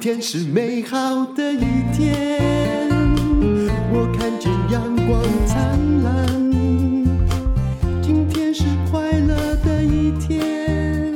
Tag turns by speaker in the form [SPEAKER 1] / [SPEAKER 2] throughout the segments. [SPEAKER 1] 天是美好的一天，我看见阳光灿烂。今天是快乐的一天，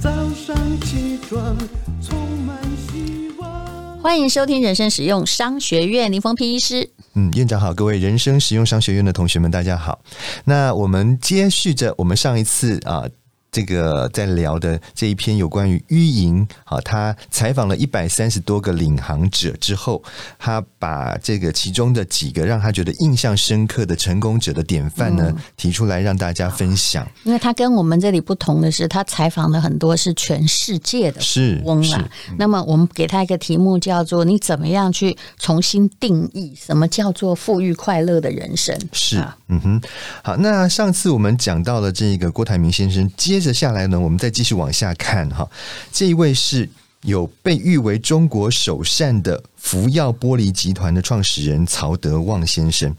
[SPEAKER 1] 早上起床充满希望。
[SPEAKER 2] 欢迎收听《人生实用商学院》，林峰平医师。
[SPEAKER 1] 嗯，院长好，各位人生实用商学院的同学们，大家好。那我们接续着我们上一次啊。这个在聊的这一篇有关于运营，啊，他采访了一百三十多个领航者之后，他把这个其中的几个让他觉得印象深刻的成功者的典范呢，提出来让大家分享。
[SPEAKER 2] 因为他跟我们这里不同的是，他采访了很多是全世界的
[SPEAKER 1] 是
[SPEAKER 2] 翁
[SPEAKER 1] 是嗯
[SPEAKER 2] 啦。那么我们给他一个题目叫做“你怎么样去重新定义什么叫做富裕快乐的人生”？
[SPEAKER 1] 是
[SPEAKER 2] 啊，
[SPEAKER 1] 嗯哼，好。那上次我们讲到了这个郭台铭先生，接着下来呢，我们再继续往下看哈。这一位是有被誉为中国首善的福耀玻璃集团的创始人曹德旺先生，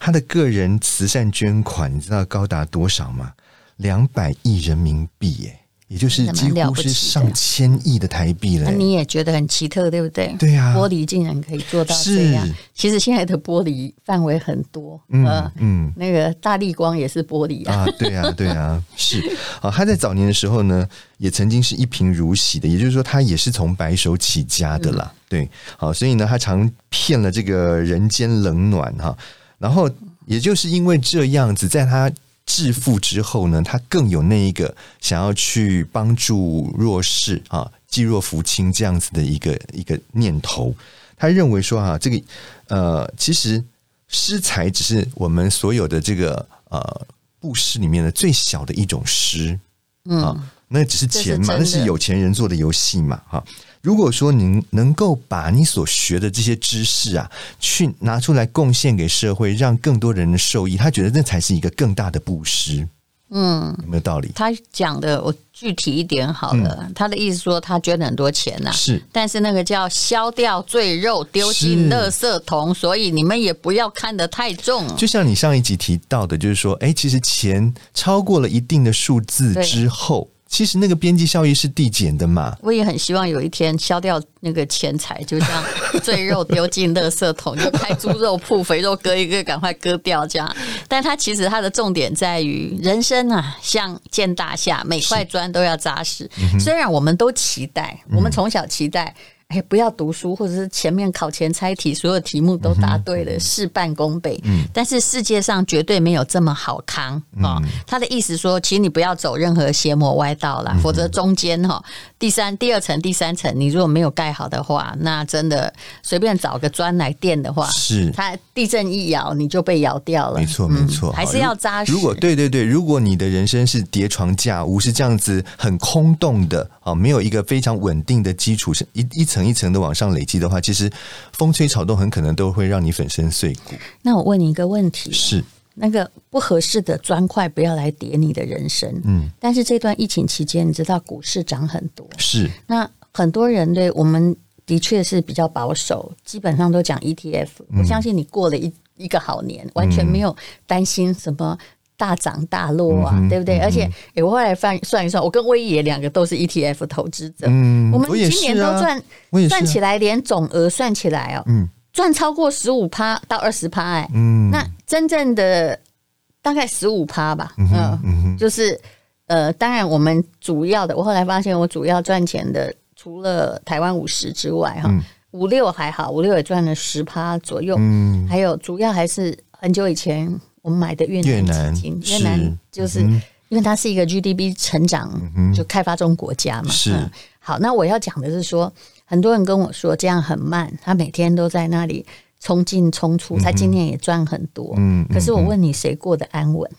[SPEAKER 1] 他的个人慈善捐款，你知道高达多少吗？两百亿人民币耶，也就是
[SPEAKER 2] 真的
[SPEAKER 1] 几
[SPEAKER 2] 蛮了
[SPEAKER 1] 乎
[SPEAKER 2] 不
[SPEAKER 1] 是
[SPEAKER 2] 起的
[SPEAKER 1] 上千亿的台币了
[SPEAKER 2] 那
[SPEAKER 1] 耶。
[SPEAKER 2] 你也觉得很奇特，对不对？
[SPEAKER 1] 对啊
[SPEAKER 2] 玻璃竟然可以做到这样
[SPEAKER 1] 是。
[SPEAKER 2] 其实现在的玻璃范围很多，
[SPEAKER 1] 嗯
[SPEAKER 2] 呃，
[SPEAKER 1] 嗯，
[SPEAKER 2] 那个大力光也是玻璃啊。
[SPEAKER 1] 啊，对啊，对啊，是啊。他在早年的时候呢，也曾经是一贫如洗的，也就是说，他也是从白手起家的啦。对，好，所以呢，他常骗了这个人间冷暖哈。然后，也就是因为这样子，在他致富之后呢，他更有那一个想要去帮助弱势啊、济弱扶倾这样子的一个一个念头。他认为说啊，这个呃，其实施财只是我们所有的这个呃布施里面的最小的一种施，嗯、啊，那只是钱嘛，那
[SPEAKER 2] 这是真的
[SPEAKER 1] 是有钱人做的游戏嘛，哈、如果说您能够把你所学的这些知识啊，去拿出来贡献给社会，让更多人受益，他觉得那才是一个更大的布施。嗯，有没有道理？
[SPEAKER 2] 他讲的我具体一点好了，他的意思说他捐了很多钱呐、
[SPEAKER 1] 是
[SPEAKER 2] 但是那个叫削掉赘肉，丢进
[SPEAKER 1] 是
[SPEAKER 2] 垃圾桶，所以你们也不要看得太重。
[SPEAKER 1] 就像你上一集提到的，就是说，哎，其实钱超过了一定的数字
[SPEAKER 2] 对
[SPEAKER 1] 之后，其实那个边际效益是递减的嘛。
[SPEAKER 2] 我也很希望有一天削掉那个钱财，就像赘肉丢进垃圾桶，就开猪肉铺，肥肉割一个，赶快割掉这样。但它其实它的重点在于，人生啊，像建大厦，每块砖都要扎实。虽然我们都期待，我们从小期待。哎，不要读书，或者是前面考前猜题，所有题目都
[SPEAKER 1] 嗯
[SPEAKER 2] 答对了，事半功倍。但是世界上绝对没有这么好康
[SPEAKER 1] 嗯
[SPEAKER 2] 啊、哦他的意思说，其实你不要走任何邪魔歪道啦，否
[SPEAKER 1] 嗯
[SPEAKER 2] 则中间哈、第三、第二层、第三层，你如果没有盖好的话，那真的随便找个砖来垫的话，
[SPEAKER 1] 是
[SPEAKER 2] 它地震一摇你就被摇掉了。
[SPEAKER 1] 没错，没错，
[SPEAKER 2] 嗯还是
[SPEAKER 1] 好
[SPEAKER 2] 要
[SPEAKER 1] 如
[SPEAKER 2] 扎实。
[SPEAKER 1] 如果对对对，如果你的人生是叠床架屋，是这样子很空洞的啊，没有一个非常稳定的基础，是一一层一层的往上累积的话，其实风吹草动很可能都会让你粉身碎骨。
[SPEAKER 2] 那我问你一个问题，
[SPEAKER 1] 是，
[SPEAKER 2] 那个不合适的砖块不要来叠你的人生。嗯，但是这段疫情期间，你知道股市涨很多，
[SPEAKER 1] 是，
[SPEAKER 2] 那很多人对我们的确是比较保守，基本上都讲 ETF。我
[SPEAKER 1] 嗯
[SPEAKER 2] 相信你过了一一个好年，完全没有担心什么。大涨大落
[SPEAKER 1] 嗯
[SPEAKER 2] 啊，对不对？而且，诶我后来翻算一算，我跟威爷两个都是 ETF 投资者，
[SPEAKER 1] 嗯
[SPEAKER 2] 我们
[SPEAKER 1] 我也
[SPEAKER 2] 今年
[SPEAKER 1] 是
[SPEAKER 2] 都
[SPEAKER 1] 啊
[SPEAKER 2] 赚，
[SPEAKER 1] 我也是啊
[SPEAKER 2] 算起来连总额算起来哦，赚超过十五趴到二十趴，哎、
[SPEAKER 1] 嗯
[SPEAKER 2] 那真正的大概十五趴吧，嗯、就是呃，当然我们主要的，我后来发现我主要赚钱的，除了台湾五十之外，哈、五六还好，五六也赚了十趴左右，
[SPEAKER 1] 嗯，
[SPEAKER 2] 还有主要还是很久以前我们买的越
[SPEAKER 1] 越南
[SPEAKER 2] 南基金，越南
[SPEAKER 1] 是
[SPEAKER 2] 就是、因为它是一个 GDP 成长就开发中国家
[SPEAKER 1] 嗯
[SPEAKER 2] 嘛，
[SPEAKER 1] 是
[SPEAKER 2] 嗯好，那我要讲的是说，很多人跟我说这样很慢，他每天都在那里冲进冲出，他今年也赚很多，
[SPEAKER 1] 嗯
[SPEAKER 2] 可是我问你，谁过得安稳？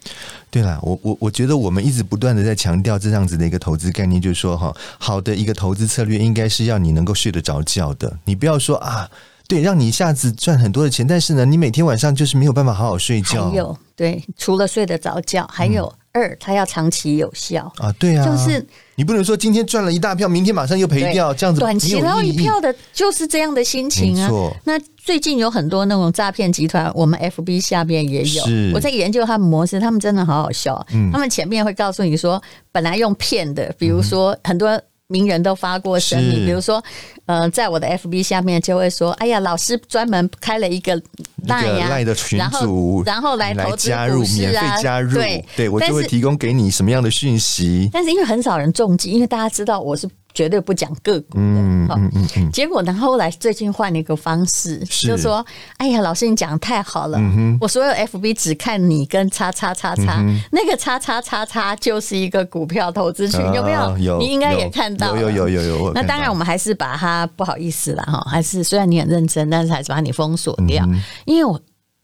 [SPEAKER 1] 对啦，我我我觉得我们一直不断的在强调这样子的一个投资概念，就是说哈，好的一个投资策略应该是要你能够睡得着觉的，你不要说啊，对，让你一下子赚很多的钱，但是呢，你每天晚上就是没有办法好好睡觉
[SPEAKER 2] 还有，对，除了睡得着觉，还有、二，它要长期有效。
[SPEAKER 1] 啊，对啊，
[SPEAKER 2] 就是
[SPEAKER 1] 你不能说今天赚了一大票，明天马上又赔掉，
[SPEAKER 2] 对
[SPEAKER 1] 这样子
[SPEAKER 2] 短期捞
[SPEAKER 1] 没有
[SPEAKER 2] 一
[SPEAKER 1] 意义
[SPEAKER 2] 票的，就是这样的心情
[SPEAKER 1] 没
[SPEAKER 2] 啊
[SPEAKER 1] 错。
[SPEAKER 2] 那最近有很多那种诈骗集团，我们 FB 下面也有
[SPEAKER 1] 是，嗯
[SPEAKER 2] 我在研究他们模式，他们真的好好笑啊。他们前面会告诉你说，本来用骗的，比如说很多。名人都发过声
[SPEAKER 1] 是
[SPEAKER 2] 明，比如说，呃，在我的 FB 下面就会说，哎呀，老师专门开了一个
[SPEAKER 1] 那个
[SPEAKER 2] Line 呀、
[SPEAKER 1] 赖的群
[SPEAKER 2] 然后
[SPEAKER 1] 组，
[SPEAKER 2] 然后来
[SPEAKER 1] 你来
[SPEAKER 2] 投资
[SPEAKER 1] 加入，
[SPEAKER 2] 股市
[SPEAKER 1] 免费
[SPEAKER 2] 啊，
[SPEAKER 1] 加入，
[SPEAKER 2] 对
[SPEAKER 1] 我
[SPEAKER 2] 但
[SPEAKER 1] 就会
[SPEAKER 2] 是
[SPEAKER 1] 提供给你什么样的讯息。
[SPEAKER 2] 但是因为很少人中计，因为大家知道我是绝对不讲个股的，
[SPEAKER 1] 嗯
[SPEAKER 2] 好
[SPEAKER 1] 嗯嗯嗯，
[SPEAKER 2] 结果呢，后来最近换了一个方式，
[SPEAKER 1] 是嗯
[SPEAKER 2] 就说：“哎呀，老师你讲得太好了，我所有 FB 只看你跟叉叉叉叉，
[SPEAKER 1] 嗯
[SPEAKER 2] 那个叉叉叉叉就是一个股票投资群，有没
[SPEAKER 1] 啊
[SPEAKER 2] 有？
[SPEAKER 1] 有，
[SPEAKER 2] 你应该也
[SPEAKER 1] 有
[SPEAKER 2] 看到了，
[SPEAKER 1] 有有有有有。我有
[SPEAKER 2] 那
[SPEAKER 1] 看
[SPEAKER 2] 当然，
[SPEAKER 1] 到
[SPEAKER 2] 我们还是把它不好意思啦，哈，还是虽然你很认真，但是还是把你封锁
[SPEAKER 1] 嗯
[SPEAKER 2] 掉，因为我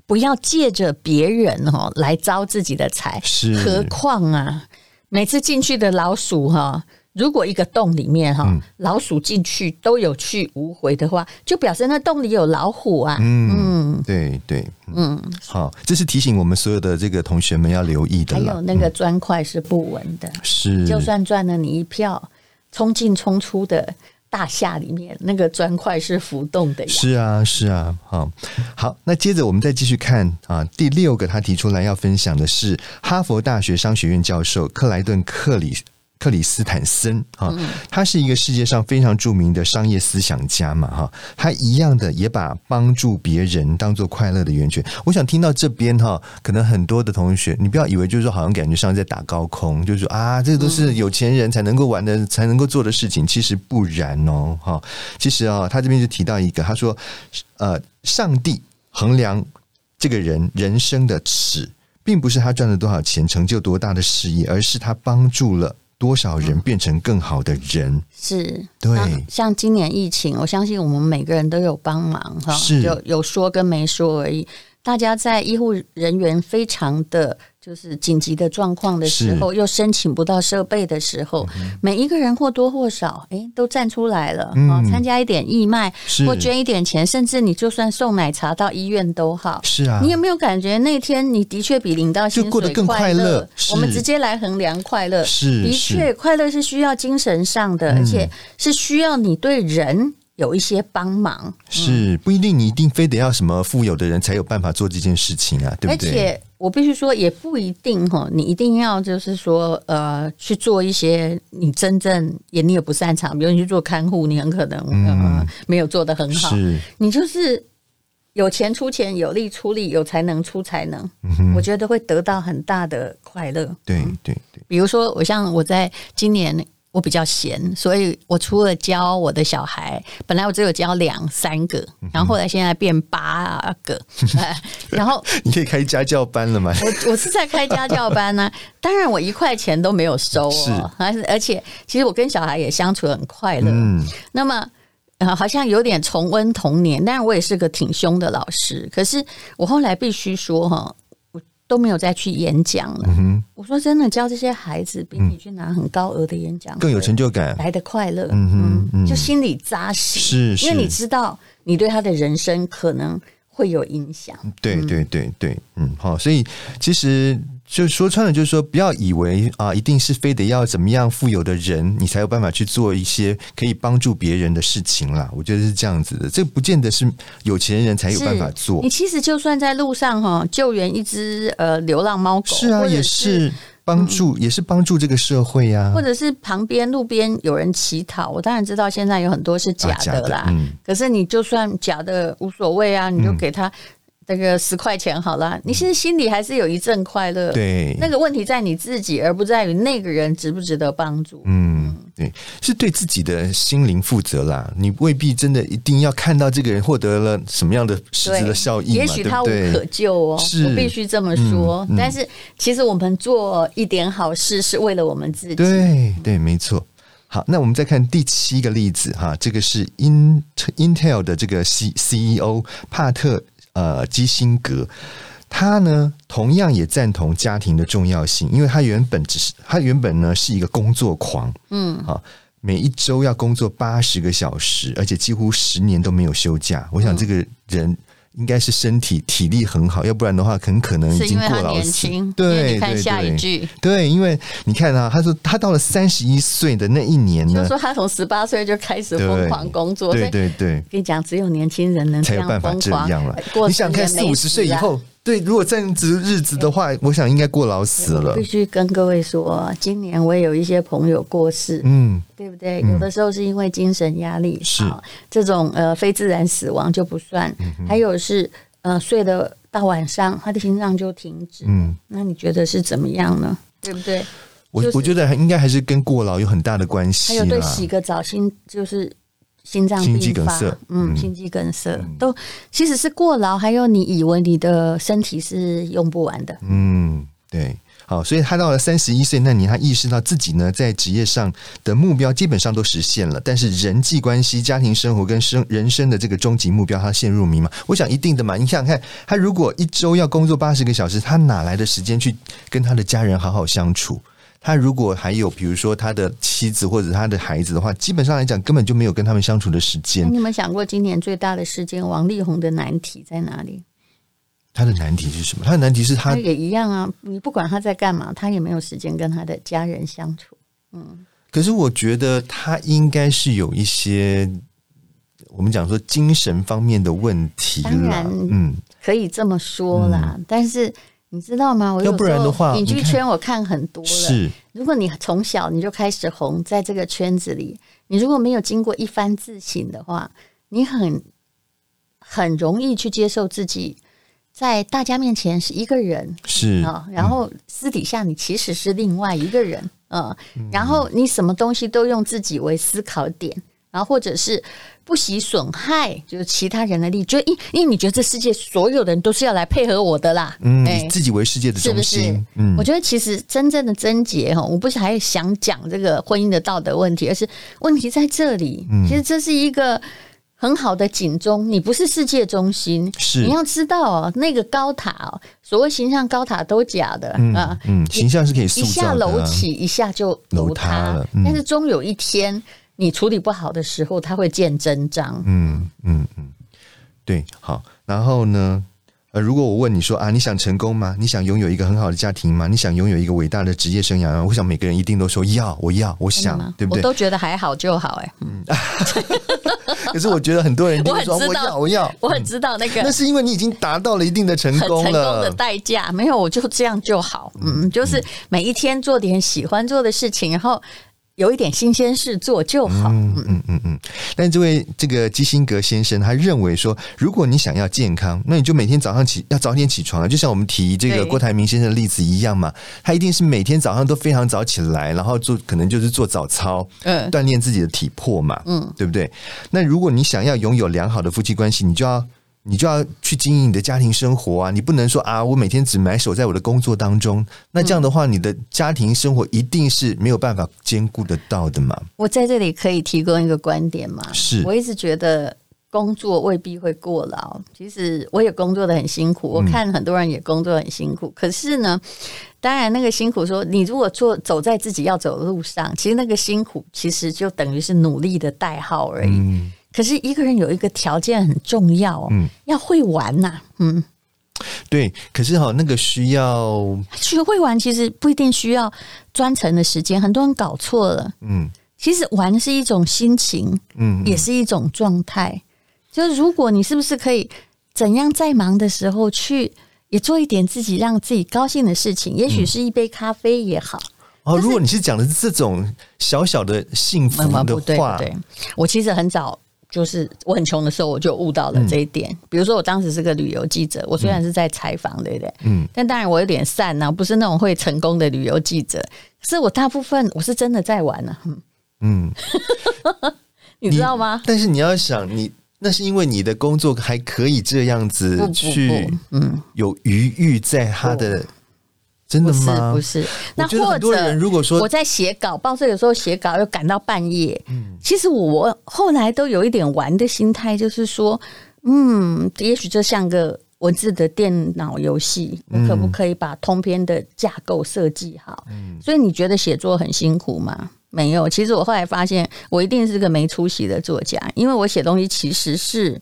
[SPEAKER 2] 不要借着别人哦来招自己的财，
[SPEAKER 1] 是
[SPEAKER 2] 何况啊，每次进去的老鼠哈。如果一个洞里面哈、
[SPEAKER 1] 嗯
[SPEAKER 2] 老鼠进去都有去无回的话，就表示那洞里有老虎啊。
[SPEAKER 1] 嗯，对对，嗯，好，这是提醒我们所有的这个同学们要留意的
[SPEAKER 2] 还
[SPEAKER 1] 了
[SPEAKER 2] 有。那个砖块是不稳的，
[SPEAKER 1] 嗯是，
[SPEAKER 2] 就算赚了你一票，冲进冲出的大厦里面，那个砖块是浮动的呀。
[SPEAKER 1] 是啊，是啊，好，好，那接着我们再继续看啊，第六个他提出来要分享的是哈佛大学商学院教授克莱顿克里。克里斯坦森啊，
[SPEAKER 2] 嗯
[SPEAKER 1] 他是一个世界上非常著名的商业思想家嘛哈，他一样的也把帮助别人当做快乐的源泉。我想听到这边哈，可能很多的同学，你不要以为就是说好像感觉上在打高空，就是说啊，这都是有钱人才能够玩的、才能够做的事情，其实不然哦哈。其实啊、他这边就提到一个，他说，呃，上帝衡量这个人人生的尺，并不是他赚了多少钱、成就多大的事业，而是他帮助了多少人变成更好的人。
[SPEAKER 2] 是，
[SPEAKER 1] 对
[SPEAKER 2] 像像今年疫情，我相信我们每个人都有帮忙哈，
[SPEAKER 1] 是
[SPEAKER 2] 有有说跟没说而已。大家在医护人员非常的就是紧急的状况的时候，又申请不到设备的时候，
[SPEAKER 1] 嗯
[SPEAKER 2] 每一个人或多或少，哎，都站出来了啊，
[SPEAKER 1] 嗯
[SPEAKER 2] 参加一点义卖，
[SPEAKER 1] 是
[SPEAKER 2] 或捐一点钱，甚至你就算送奶茶到医院都好。
[SPEAKER 1] 是啊
[SPEAKER 2] 你，有没有感觉那天你的确比领到薪
[SPEAKER 1] 就过得
[SPEAKER 2] 水
[SPEAKER 1] 更快乐
[SPEAKER 2] 乐？
[SPEAKER 1] 是
[SPEAKER 2] 我们直接来衡量快乐，
[SPEAKER 1] 是
[SPEAKER 2] 的
[SPEAKER 1] 是嗯
[SPEAKER 2] 确，快乐是需要精神上的，而且是需要你对人有一些帮忙，
[SPEAKER 1] 嗯是不一定你一定非得要什么富有的人才有办法做这件事情啊，对
[SPEAKER 2] 而
[SPEAKER 1] 不对？
[SPEAKER 2] 且我必须说，也不一定哈，你一定要就是说，呃，去做一些你真正也你也不擅长，比如你去做看护，你很可能呃没有做得很好，
[SPEAKER 1] 嗯是，
[SPEAKER 2] 你就是有钱出钱，有力出力，有才能出才能，
[SPEAKER 1] 嗯
[SPEAKER 2] 我觉得会得到很大的快乐。
[SPEAKER 1] 对对对，
[SPEAKER 2] 比如说，我像我在今年我比较闲，所以我除了教我的小孩，本来我只有教两三个，然后后来现在变八个， 哎然后
[SPEAKER 1] 你可以开家教班了嘛？
[SPEAKER 2] 我我是在开家教班呢、当然我一块钱都没有收
[SPEAKER 1] 是
[SPEAKER 2] 哦，还是而且其实我跟小孩也相处得很快乐，
[SPEAKER 1] 嗯，
[SPEAKER 2] 那么。呃，好像有点重温童年，但是我也是个挺凶的老师。可是我后来必须说哈，我都没有再去演讲了。
[SPEAKER 1] 嗯哼嗯
[SPEAKER 2] 我说真的，教这些孩子比你去拿很高额的演讲
[SPEAKER 1] 更有成就感，
[SPEAKER 2] 来的快乐，
[SPEAKER 1] 嗯
[SPEAKER 2] 嗯
[SPEAKER 1] 哼嗯
[SPEAKER 2] 就心里扎实，
[SPEAKER 1] 是是
[SPEAKER 2] 因为你知道你对他的人生可能会有影响。
[SPEAKER 1] 对对对对，嗯，好，所以其实就说穿了，就是说不要以为啊，一定是非得要怎么样富有的人，你才有办法去做一些可以帮助别人的事情啦。我觉得是这样子的，这不见得是有钱人才有办法做
[SPEAKER 2] 你，其实就算在路上哈救援一只呃流浪猫狗，
[SPEAKER 1] 是啊，
[SPEAKER 2] 或者
[SPEAKER 1] 也是嗯帮助，也是帮助这个社会啊呀、
[SPEAKER 2] 或者是旁边路边有人乞讨，我当然知道现在有很多是假
[SPEAKER 1] 啊假
[SPEAKER 2] 的
[SPEAKER 1] 的
[SPEAKER 2] 啦，
[SPEAKER 1] 嗯
[SPEAKER 2] 可是你就算假的无所谓啊，你就给他这个十块钱好啦，你其实心里还是有一阵快乐。，
[SPEAKER 1] 嗯对，
[SPEAKER 2] 那个问题在你自己，而不在于那个人值不值得帮助。
[SPEAKER 1] 嗯，对，是对自己的心灵负责啦。你未必真的一定要看到这个人获得了什么样的实质的效益嘛，
[SPEAKER 2] 也许他无
[SPEAKER 1] 对不
[SPEAKER 2] 可
[SPEAKER 1] 对？
[SPEAKER 2] 救哦，
[SPEAKER 1] 是
[SPEAKER 2] 我必须这么说。
[SPEAKER 1] 嗯嗯
[SPEAKER 2] 但是其实我们做一点好事是为了我们自己。
[SPEAKER 1] 对对，没错。好，那我们再看第七个例子哈，这个是 In Intel 的这个 C CEO 帕特呃基辛格，他呢同样也赞同家庭的重要性，因为他原本只是他原本呢是一个工作狂，嗯，好。每一周要工作八十个小时，而且几乎十年都没有休假。我想这个人应该是身体体力很好，要不然的话，很可能已
[SPEAKER 2] 是
[SPEAKER 1] 嗯经
[SPEAKER 2] 因为
[SPEAKER 1] 过
[SPEAKER 2] 他
[SPEAKER 1] 劳
[SPEAKER 2] 年
[SPEAKER 1] 死。
[SPEAKER 2] 轻，因为
[SPEAKER 1] 对，
[SPEAKER 2] 你看
[SPEAKER 1] 对
[SPEAKER 2] 下一
[SPEAKER 1] 对
[SPEAKER 2] 句，
[SPEAKER 1] 对，因为你看啊，他说他到了三十一岁的那一年
[SPEAKER 2] 就
[SPEAKER 1] 呢，
[SPEAKER 2] 说他从十八岁就开始
[SPEAKER 1] 对
[SPEAKER 2] 疯狂工作，所以
[SPEAKER 1] 对对对，
[SPEAKER 2] 跟你讲，只有年轻人能
[SPEAKER 1] 才
[SPEAKER 2] 这
[SPEAKER 1] 有
[SPEAKER 2] 样
[SPEAKER 1] 办法
[SPEAKER 2] 疯
[SPEAKER 1] 这
[SPEAKER 2] 狂哎
[SPEAKER 1] 样了啊
[SPEAKER 2] 过。
[SPEAKER 1] 你想看
[SPEAKER 2] 十
[SPEAKER 1] 四
[SPEAKER 2] 年
[SPEAKER 1] 五
[SPEAKER 2] 没
[SPEAKER 1] 十岁以
[SPEAKER 2] 死啊，
[SPEAKER 1] 后，对，如果这样子日子的话，我想应该过劳死
[SPEAKER 2] 我
[SPEAKER 1] 了
[SPEAKER 2] 必。须跟各位说，今年我也有一些朋友过世，
[SPEAKER 1] 嗯，
[SPEAKER 2] 对不对？有的时候是因为精神压力，
[SPEAKER 1] 是嗯
[SPEAKER 2] 啊这种呃非自然死亡就不算。还有是呃睡的到晚上，他的心脏就停止。
[SPEAKER 1] 嗯，
[SPEAKER 2] 那你觉得是怎么样呢？对不对？
[SPEAKER 1] 我、
[SPEAKER 2] 就是
[SPEAKER 1] 我觉得还应该还是跟过劳有很大的关
[SPEAKER 2] 还
[SPEAKER 1] 系
[SPEAKER 2] 有对
[SPEAKER 1] 啦。
[SPEAKER 2] 洗个澡心就是心脏
[SPEAKER 1] 心肌
[SPEAKER 2] 病发
[SPEAKER 1] 梗塞，
[SPEAKER 2] 嗯，
[SPEAKER 1] 嗯
[SPEAKER 2] 心肌梗塞、都其实是过劳，还有你以为你的身体是用不完的，
[SPEAKER 1] 嗯，对。好，所以他到了三十一岁那年，他意识到自己呢在职业上的目标基本上都实现了，但是人际关系、家庭生活跟生人生的这个终极目标，他陷入迷茫。我想一定的嘛，你想想看，他如果一周要工作八十个小时，他哪来的时间去跟他的家人好好相处？他如果还有比如说他的妻子或者他的孩子的话，基本上来讲根本就没有跟他们相处的时
[SPEAKER 2] 那
[SPEAKER 1] 间。
[SPEAKER 2] 你有没有想过今年最大的事件，王力宏的难题在哪里？
[SPEAKER 1] 他的难题是什么？他的难题是他
[SPEAKER 2] 他也一样啊，你不管他在干嘛，他也没有时间跟他的家人相处。
[SPEAKER 1] 可是我觉得他应该是有一些，我们讲说精神方面的问题
[SPEAKER 2] 当
[SPEAKER 1] 啦
[SPEAKER 2] 然。
[SPEAKER 1] 嗯，
[SPEAKER 2] 可以这么说啦，但是你知道吗？我有
[SPEAKER 1] 要不然
[SPEAKER 2] 时候
[SPEAKER 1] 的话
[SPEAKER 2] 影
[SPEAKER 1] 你
[SPEAKER 2] 剧
[SPEAKER 1] 看
[SPEAKER 2] 圈我看很多了。
[SPEAKER 1] 是，
[SPEAKER 2] 如果你从小你就开始红，在这个圈子里，你如果没有经过一番自省的话，你很很容易去接受自己在大家面前是一个人，
[SPEAKER 1] 是，
[SPEAKER 2] 啊、然后私底下你其实是另外一个人，啊，然后你什么东西都用自己为思考点，然后或者是不惜损害就是其他人的利益，就因因为你觉得这世界所有人都是要来配合我的啦，
[SPEAKER 1] 嗯，
[SPEAKER 2] 哎
[SPEAKER 1] 以自己为世界的
[SPEAKER 2] 是不
[SPEAKER 1] 中
[SPEAKER 2] 是
[SPEAKER 1] 心，？嗯
[SPEAKER 2] 我，觉得其实真正的症结哈，我不是还想讲这个婚姻的道德问题，而是问题在这里。
[SPEAKER 1] 嗯
[SPEAKER 2] 其实这是一个很好的警钟，你不是世界中心，
[SPEAKER 1] 是
[SPEAKER 2] 你要知道哦，那个高塔哦，所谓形象高塔都假的、啊。
[SPEAKER 1] 嗯，形象是可以塑
[SPEAKER 2] 一下
[SPEAKER 1] 造的
[SPEAKER 2] 楼
[SPEAKER 1] 啊，
[SPEAKER 2] 起，一下就
[SPEAKER 1] 楼
[SPEAKER 2] 楼
[SPEAKER 1] 塌
[SPEAKER 2] 塌
[SPEAKER 1] 了嗯
[SPEAKER 2] 但是终有一天，你处理不好的时候，它会见真章。
[SPEAKER 1] 嗯嗯嗯，对，好，然后呢？呃，如果我问你说啊，你想成功吗？你想拥有一个很好的家庭吗？你想拥有一个伟大的职业生涯吗？我想每个人一定都说要，我要，我
[SPEAKER 2] 真的
[SPEAKER 1] 想
[SPEAKER 2] 吗，
[SPEAKER 1] 对不
[SPEAKER 2] 我
[SPEAKER 1] 对？
[SPEAKER 2] 都觉得还好就好、哎、
[SPEAKER 1] 可是我觉得很多人一定
[SPEAKER 2] 我很
[SPEAKER 1] 说
[SPEAKER 2] 知
[SPEAKER 1] 我
[SPEAKER 2] 道
[SPEAKER 1] 要，我要，
[SPEAKER 2] 我很知道那个
[SPEAKER 1] 那是因为你已经达到了一定的成
[SPEAKER 2] 很
[SPEAKER 1] 功
[SPEAKER 2] 成功
[SPEAKER 1] 了
[SPEAKER 2] 的。代价，没有我就这样就好。嗯，就是每一天做点喜欢做的事情，然后有一点新鲜事做就好。
[SPEAKER 1] 嗯嗯嗯嗯，但这位这个基辛格先生，他认为说，如果你想要健康，那你就每天早上起要早点起床啊，就像我们提这个
[SPEAKER 2] 对
[SPEAKER 1] 郭台铭先生的例子一样嘛，他一定是每天早上都非常早起来，然后做可能就是做早操，
[SPEAKER 2] 嗯
[SPEAKER 1] 锻炼自己的体魄嘛，嗯，对不对？那如果你想要拥有良好的夫妻关系，你就要。你就要去经营你的家庭生活啊！你不能说啊，我每天只埋首在我的工作当中。那这样的话，你的家庭生活一定是没有办法兼顾得到的嘛？
[SPEAKER 2] 我在这里可以提供一个观点吗？
[SPEAKER 1] 是
[SPEAKER 2] 我一直觉得工作未必会过劳，其实我也工作的很辛
[SPEAKER 1] 嗯
[SPEAKER 2] 苦，我看很多人也工作得很辛苦。可是呢，当然那个辛苦说，你如果做走在自己要走的路上，其实那个辛苦其实就等于是努力的代号而已。
[SPEAKER 1] 嗯，
[SPEAKER 2] 可是一个人有一个条件很重要哦，
[SPEAKER 1] 嗯
[SPEAKER 2] 要会玩呐、嗯，
[SPEAKER 1] 对，可是哈，那个需要，
[SPEAKER 2] 学会玩其实不一定需要专程的时间，很多人搞错了。
[SPEAKER 1] 嗯
[SPEAKER 2] 其实玩是一种心情，
[SPEAKER 1] 嗯，
[SPEAKER 2] 也是一种状态。就是如果你是不是可以怎样在忙的时候去也做一点自己让自己高兴的事情，也
[SPEAKER 1] 嗯
[SPEAKER 2] 许是一杯咖啡也好。
[SPEAKER 1] 哦，如果你是讲的是这种小小的幸福
[SPEAKER 2] 嗯不
[SPEAKER 1] 的
[SPEAKER 2] 对不
[SPEAKER 1] 话，
[SPEAKER 2] 对，我其实很早。就是我很穷的时候，我就悟到
[SPEAKER 1] 嗯
[SPEAKER 2] 了这一点。比如说，我当时是个旅游记者，我虽然是在采访，对不对？
[SPEAKER 1] 嗯，
[SPEAKER 2] 但当然我有点散呐、不是那种会成功的旅游记者。可是我大部分我是真的在玩啊，嗯
[SPEAKER 1] 嗯，
[SPEAKER 2] 你知道吗？
[SPEAKER 1] 但是你要想，你那是因为你的工作还可以这样
[SPEAKER 2] 不
[SPEAKER 1] 子
[SPEAKER 2] 不
[SPEAKER 1] 去
[SPEAKER 2] 不，嗯，
[SPEAKER 1] 有余裕在他的，真
[SPEAKER 2] 不
[SPEAKER 1] 的
[SPEAKER 2] 是
[SPEAKER 1] 吗？
[SPEAKER 2] 不是。
[SPEAKER 1] 我
[SPEAKER 2] 那
[SPEAKER 1] 觉得
[SPEAKER 2] 或
[SPEAKER 1] 很多人
[SPEAKER 2] 者
[SPEAKER 1] 如果说
[SPEAKER 2] 我在写稿，报社有时候写稿又赶到半夜。
[SPEAKER 1] 嗯
[SPEAKER 2] 其实我后来都有一点玩的心态，就是说，嗯，也许这像个文字的电脑游戏，我
[SPEAKER 1] 嗯
[SPEAKER 2] 可不可以把通篇的架构设计好？
[SPEAKER 1] 嗯
[SPEAKER 2] 所以你觉得写作很辛苦吗？没有，其实我后来发现，我一定是个没出息的作家，因为我写东西其实是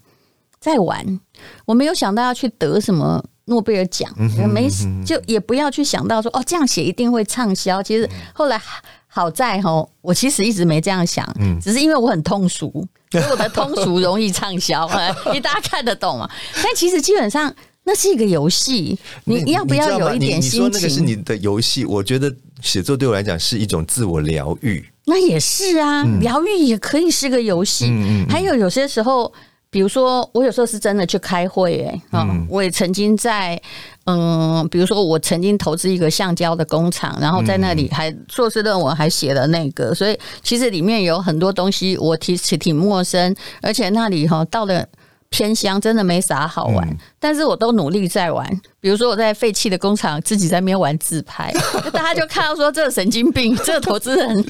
[SPEAKER 2] 在玩，我没有想到要去得什么诺贝尔奖，
[SPEAKER 1] 嗯
[SPEAKER 2] 也没就也不要去想到说哦这样写一定会畅
[SPEAKER 1] 嗯
[SPEAKER 2] 销。其实后来好在哈，我其实一直没这样想，
[SPEAKER 1] 嗯
[SPEAKER 2] 只是因为我很通俗， 所以我的通俗容易畅销，哎一大家看得懂嘛。但其实基本上。那是一个游戏，你
[SPEAKER 1] 那
[SPEAKER 2] 要不
[SPEAKER 1] 知
[SPEAKER 2] 要
[SPEAKER 1] 道吗
[SPEAKER 2] 有一点
[SPEAKER 1] 你你说
[SPEAKER 2] 心
[SPEAKER 1] 那个是你
[SPEAKER 2] 情？
[SPEAKER 1] 的游戏，我觉得写作对我来讲是一种自我疗愈。
[SPEAKER 2] 那也是啊，疗愈也可以是个游戏。
[SPEAKER 1] 嗯嗯嗯
[SPEAKER 2] 还有有些时候，比如说我有时候是真的去开会、欸，
[SPEAKER 1] 嗯
[SPEAKER 2] 哎、啊，我也曾经在，嗯、比如说我曾经投资一个橡胶的工厂，然后在那
[SPEAKER 1] 嗯
[SPEAKER 2] 里还硕士论文还写了那个，所以其实里面有很多东西我其实挺陌生，而且那里哈到了。偏乡真的没啥好玩，但是我都努力在玩。比如说我在废弃的工厂自己在那边玩自拍， 大家就看到说这个神经病， 这个投资人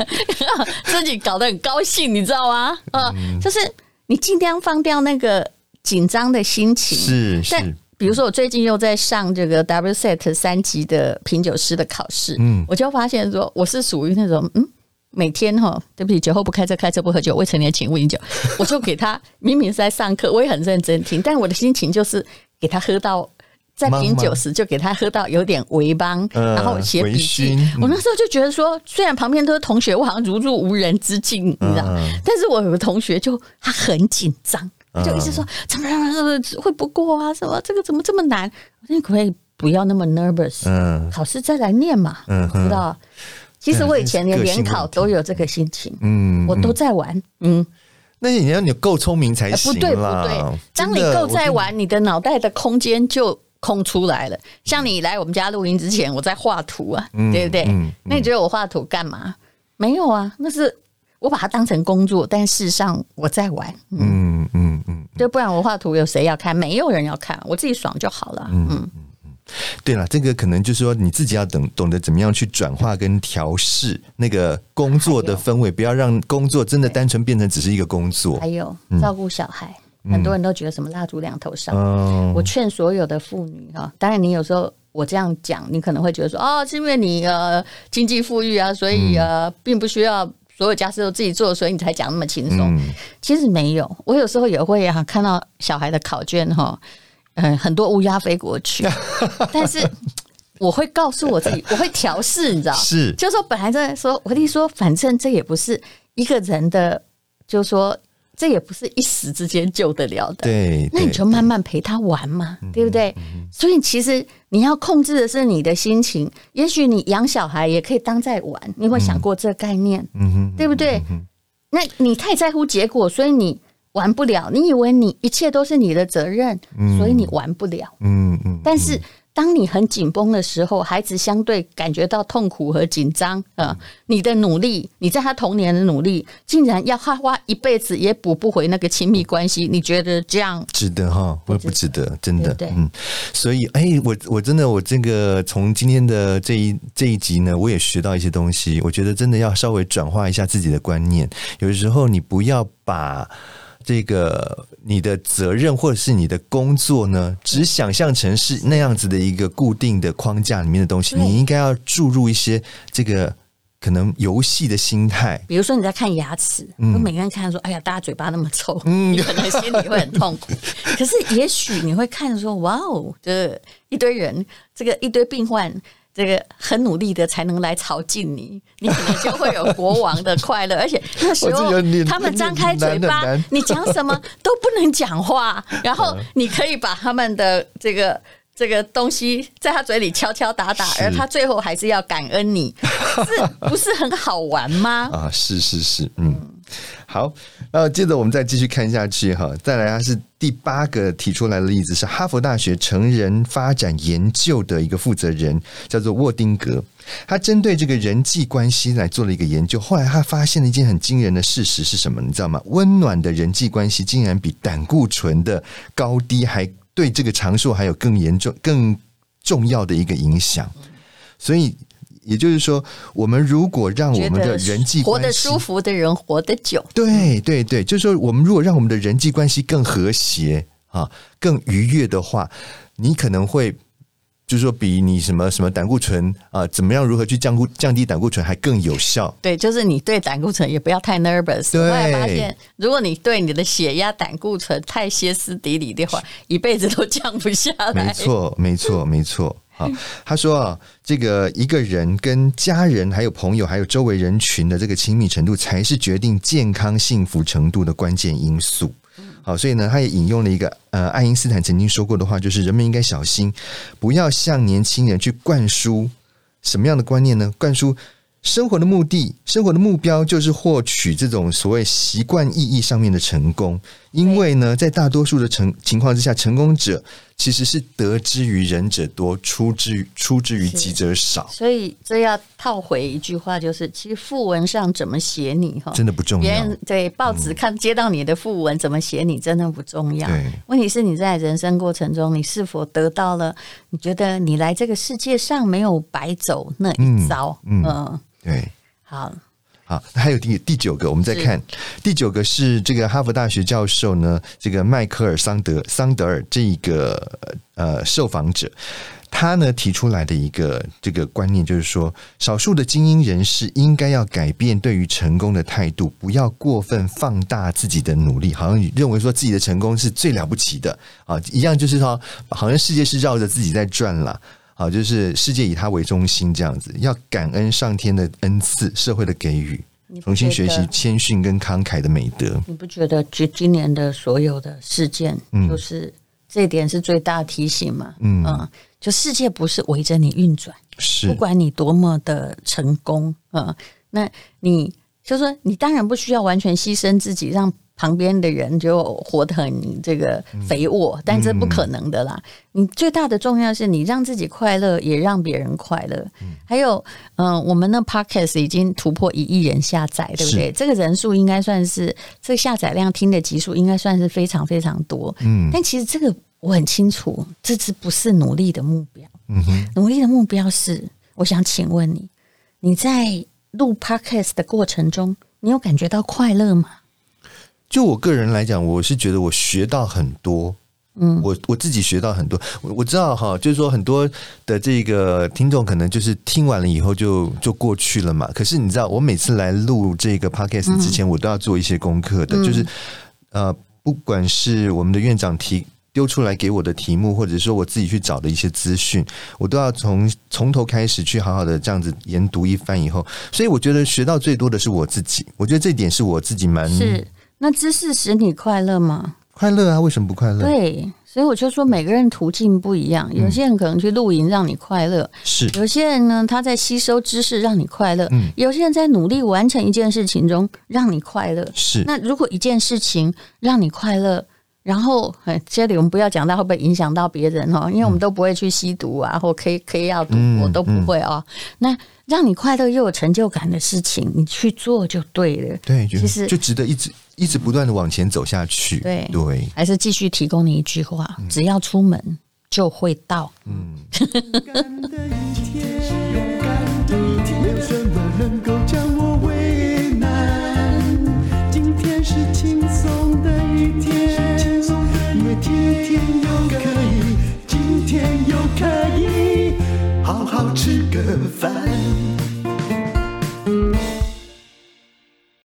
[SPEAKER 2] 自己搞得很高兴，你知道吗？呃，就是你尽量放掉那个紧张的心情。
[SPEAKER 1] 是
[SPEAKER 2] 但
[SPEAKER 1] 是，
[SPEAKER 2] 比如说，我最近又在上这个 WSET 三级的品酒师的考试，
[SPEAKER 1] 嗯
[SPEAKER 2] 我就发现说我是属于那种嗯。每天哈，对不起，酒后不开车，开车不喝酒。未成年请勿 饮酒。我就给他明明是在上课，我也很认真听，但我的心情就是给他喝到在
[SPEAKER 1] 茫
[SPEAKER 2] 品
[SPEAKER 1] 茫
[SPEAKER 2] 酒时就给他喝到有点微帮，
[SPEAKER 1] 呃
[SPEAKER 2] 然后写
[SPEAKER 1] 微
[SPEAKER 2] 笔记
[SPEAKER 1] 醺。嗯
[SPEAKER 2] 我那时候就觉得说，虽然旁边都是同学，我好像如入无人之境，你知道吗？
[SPEAKER 1] 嗯
[SPEAKER 2] 但是我有个同学就他很紧张，
[SPEAKER 1] 嗯
[SPEAKER 2] 就一直说怎么怎么怎么会不过啊，什么这个怎么这么难？我说你可不可以不要那么 nervous，、
[SPEAKER 1] 嗯
[SPEAKER 2] 考试再来念嘛，
[SPEAKER 1] 嗯哼
[SPEAKER 2] 知道吧？其实我以前
[SPEAKER 1] 嗯
[SPEAKER 2] 连
[SPEAKER 1] 这是个性
[SPEAKER 2] 联考
[SPEAKER 1] 问题
[SPEAKER 2] 都有这个心情，
[SPEAKER 1] 嗯，
[SPEAKER 2] 我都在玩，嗯，
[SPEAKER 1] 那你要你够聪明才
[SPEAKER 2] 哎不
[SPEAKER 1] 行
[SPEAKER 2] 对不
[SPEAKER 1] 啦。
[SPEAKER 2] 对，
[SPEAKER 1] 真
[SPEAKER 2] 当你
[SPEAKER 1] 的
[SPEAKER 2] 够
[SPEAKER 1] 我
[SPEAKER 2] 在
[SPEAKER 1] 跟
[SPEAKER 2] 玩，你的脑袋的空间就空出来了。像你来我们家录音之前，我在画图啊，
[SPEAKER 1] 嗯
[SPEAKER 2] 对不对？
[SPEAKER 1] 嗯嗯
[SPEAKER 2] 那你觉得我画图干嘛？没有啊，那是我把它当成工作，但事实上我在玩。嗯，
[SPEAKER 1] 嗯嗯嗯，
[SPEAKER 2] 对，不然我画图有谁要看？没有人要看，我自己爽就好了。嗯，
[SPEAKER 1] 对了，这个可能就是说你自己要懂懂得怎么样去转化跟调试那个工作
[SPEAKER 2] 哎
[SPEAKER 1] 的氛围，不要让工作真的单纯变成只是一个工作
[SPEAKER 2] 还。有照顾小孩，很多人都觉得什么蜡烛两头烧，啊
[SPEAKER 1] 嗯，
[SPEAKER 2] 我劝所有的妇女哈，当然你有时候我这样讲，你可能会觉得说，哦，是因为你呃经济富裕啊，所
[SPEAKER 1] 嗯
[SPEAKER 2] 以呃并不需要所有家事都自己做，所以你才讲那么轻松。
[SPEAKER 1] 嗯
[SPEAKER 2] 其实没有，我有时候也会啊看到小孩的考卷哈，嗯、很多乌鸦飞过 去，但是我会告诉我自己，我会调试，你知道，
[SPEAKER 1] 是
[SPEAKER 2] 就是说本来在说，我跟你说，反正这也不是一个人的，就是说这也不是一时之间救得了的，
[SPEAKER 1] 对，
[SPEAKER 2] 那你
[SPEAKER 1] 对嗯
[SPEAKER 2] 就慢慢陪他玩嘛，对不对？所以其实你要控制的是你的心情。也许你养小孩也可以当在玩，你有没有想过这个概念？
[SPEAKER 1] 嗯哼，
[SPEAKER 2] 对不对？那你太在乎结果，所以你玩不了。你以为你一切都是你的责任，所以你玩不了。
[SPEAKER 1] 嗯嗯，
[SPEAKER 2] 但是当你很紧绷的时候，孩子相对感觉到痛苦和紧张
[SPEAKER 1] 嗯
[SPEAKER 2] 啊、呃你的努力，你在他童年的努力，竟然要他花一辈子也补不回那个亲密关系，你觉得这样？
[SPEAKER 1] 值得哈，我也不值得，真的，
[SPEAKER 2] 对不对
[SPEAKER 1] 嗯，所以哎、我我真的我这个从今天的这一这一集呢，我也学到一些东西，我觉得真的要稍微转化一下自己的观念，有时候你不要把。这个你的责任或者是你的工作呢，只想象成是那样子的一个固定的框架里面的东西，
[SPEAKER 2] 对
[SPEAKER 1] 你应该要注入一些这个可能游戏的心态，
[SPEAKER 2] 比如说你在看牙齿，
[SPEAKER 1] 嗯
[SPEAKER 2] 我每个人看说，哎呀，大家嘴巴那么臭，你 可能心里会很 痛苦。可是也许你会看说，哇哦，这一堆人，这个一堆病患。这个很努力的才能来朝觐 你，你可能就会有国王的快乐，而且那时
[SPEAKER 1] 我
[SPEAKER 2] 候
[SPEAKER 1] 这有点
[SPEAKER 2] 他们张开嘴巴
[SPEAKER 1] 难很难，
[SPEAKER 2] 你讲什么都不能 讲话，然后你可以把他们的这个这个东西在他嘴里敲敲打打，
[SPEAKER 1] 是
[SPEAKER 2] 而他最后还是要感 恩你，是不是很好玩吗？
[SPEAKER 1] 啊，是是是，嗯，好，那接着我们再继续看下去哈，再来啊它是第八个提出来的例子是哈佛大学成人发展研究的一个负责人叫做沃丁格，他针对这个人际关系来做了一个研究，后来他发现了一件很惊人的事实是什么？你知道吗？温暖的人际关系竟然比胆固醇的高低还对这个常数还有更严重、更重要的一个影响，所以。也就是说，我们如果让我
[SPEAKER 2] 觉
[SPEAKER 1] 们
[SPEAKER 2] 得
[SPEAKER 1] 的人际
[SPEAKER 2] 活
[SPEAKER 1] 关
[SPEAKER 2] 得
[SPEAKER 1] 系
[SPEAKER 2] 舒服的人活得久，
[SPEAKER 1] 对对对，就是说，我们如果让我们的人际关系更和谐啊，更愉悦的话，你可能会就是说，比你什么什么胆固醇啊，怎么样如何去降固降低胆固醇还更有效。
[SPEAKER 2] 对，就是你对胆固醇也不要太 nervous。
[SPEAKER 1] 对
[SPEAKER 2] 我也发现，如果你对你的血压、胆固醇太歇斯底里 的话，一辈子都降不下
[SPEAKER 1] 没
[SPEAKER 2] 来。
[SPEAKER 1] 错，没错，没错。好，他说啊，这个一个人跟家人、还有朋友、还有周围人群的这个亲密程度，才是决定健康幸福程度的关键因素。啊、好，所以呢，他也引用了一个呃，爱因斯坦曾经说过的话，就是人们应该小心，不要向年轻人去灌输什么样的观念呢？灌输生活的目的、生活的目标就是获取这种所谓习惯意义上面的成功，因为呢，在大多数的成情况之下，成功者其实是得之于人者多，出之于出之于己者少，
[SPEAKER 2] 所以这要套回一句话，就是其实副文上怎么写你哈，
[SPEAKER 1] 真的不重
[SPEAKER 2] 别
[SPEAKER 1] 要。
[SPEAKER 2] 人对报纸看接到你的副文怎么写你真的不重要
[SPEAKER 1] 对，
[SPEAKER 2] 问题是你在人生过程中，你是否得到了？你觉得你来这个世界上没有白走那一遭？
[SPEAKER 1] 嗯
[SPEAKER 2] 嗯，
[SPEAKER 1] 嗯对，
[SPEAKER 2] 好，
[SPEAKER 1] 好，那还有第第九个，我们再看第九个是这个哈佛大学教授呢，这个迈克尔桑德桑德尔这一个呃受访者，他呢提出来的一个这个观念就是说，少数的精英人士应该要改变对于成功的态度，不要过分放大自己的努力，好像认为说自己的成功是最了不起的啊，一样就是说，好像世界是绕着自己在转啦。好，啊就是世界以他为中心这样子，要感恩上天的恩赐、社会的给予，
[SPEAKER 2] 你不
[SPEAKER 1] 重新学
[SPEAKER 2] 觉得
[SPEAKER 1] 习谦逊跟慷慨的美德。
[SPEAKER 2] 你不觉得今今年的所有的事件，就是这一点是最大的提醒吗？
[SPEAKER 1] 嗯
[SPEAKER 2] 嗯就世界不是围着你运转，不
[SPEAKER 1] 是，
[SPEAKER 2] 管你多么的成功，嗯，那你就说你当然不需要完全牺牲自己，让旁边的人就活得很这个肥沃，但这不可能的啦。你最大的重要是你让自己快乐，也让别人快乐。还有，嗯、我们那 podcast 已经突破一亿人下载，对不对？这个人数应该算是这个下载量听的集数应该算是非常非常多。嗯，但其实这个我很清楚，这只不是努力的目标。
[SPEAKER 1] 嗯哼，
[SPEAKER 2] 努力的目标是，我想请问你，你在录 podcast 的过程中，你有感觉到快乐吗？
[SPEAKER 1] 就我个人来讲，我是觉得我学到很多。嗯，我我自己学到很多，我我知道哈，就是说很多的这个听众可能就是听完了以后就就过去了嘛。可是你知道，我每次来录这个 podcast 之前，我都要做一些功课的，就是呃，不管是我们的院长提丢出来给我的题目，或者说我自己去找的一些资讯，我都要从从头开始去好好的这样子研读一番以后，所以我觉得学到最多的是我自己，我觉得这点是我自己蛮
[SPEAKER 2] 是，那知识使你快乐吗？
[SPEAKER 1] 快乐啊，为什么不快乐？
[SPEAKER 2] 对，所以我就说每个人途径不一样，有些人可能去露营让你快乐，
[SPEAKER 1] 是
[SPEAKER 2] 有些人呢他在吸收知识让你快乐，
[SPEAKER 1] 嗯
[SPEAKER 2] 有些人在努力完成一件事情中让你快乐。
[SPEAKER 1] 是，
[SPEAKER 2] 那如果一件事情让你快乐，然后哎这里我们不要讲到会不会影响到别人哦，因为我们都不会去吸毒啊，或 K K 药赌博
[SPEAKER 1] 嗯
[SPEAKER 2] 都不会哦。那让你快乐又有成就感的事情，你去做就对了。
[SPEAKER 1] 对，就
[SPEAKER 2] 其实
[SPEAKER 1] 就值得一直一直不断的往前走下去。
[SPEAKER 2] 对
[SPEAKER 1] 对，
[SPEAKER 2] 还是继续提供你一句话：
[SPEAKER 1] 嗯
[SPEAKER 2] 只要出门就会到。
[SPEAKER 3] 勇敢的一天，没有什么能够将我为难。今天是轻松的一天，因为今天又可以，今天又可以好好吃个饭。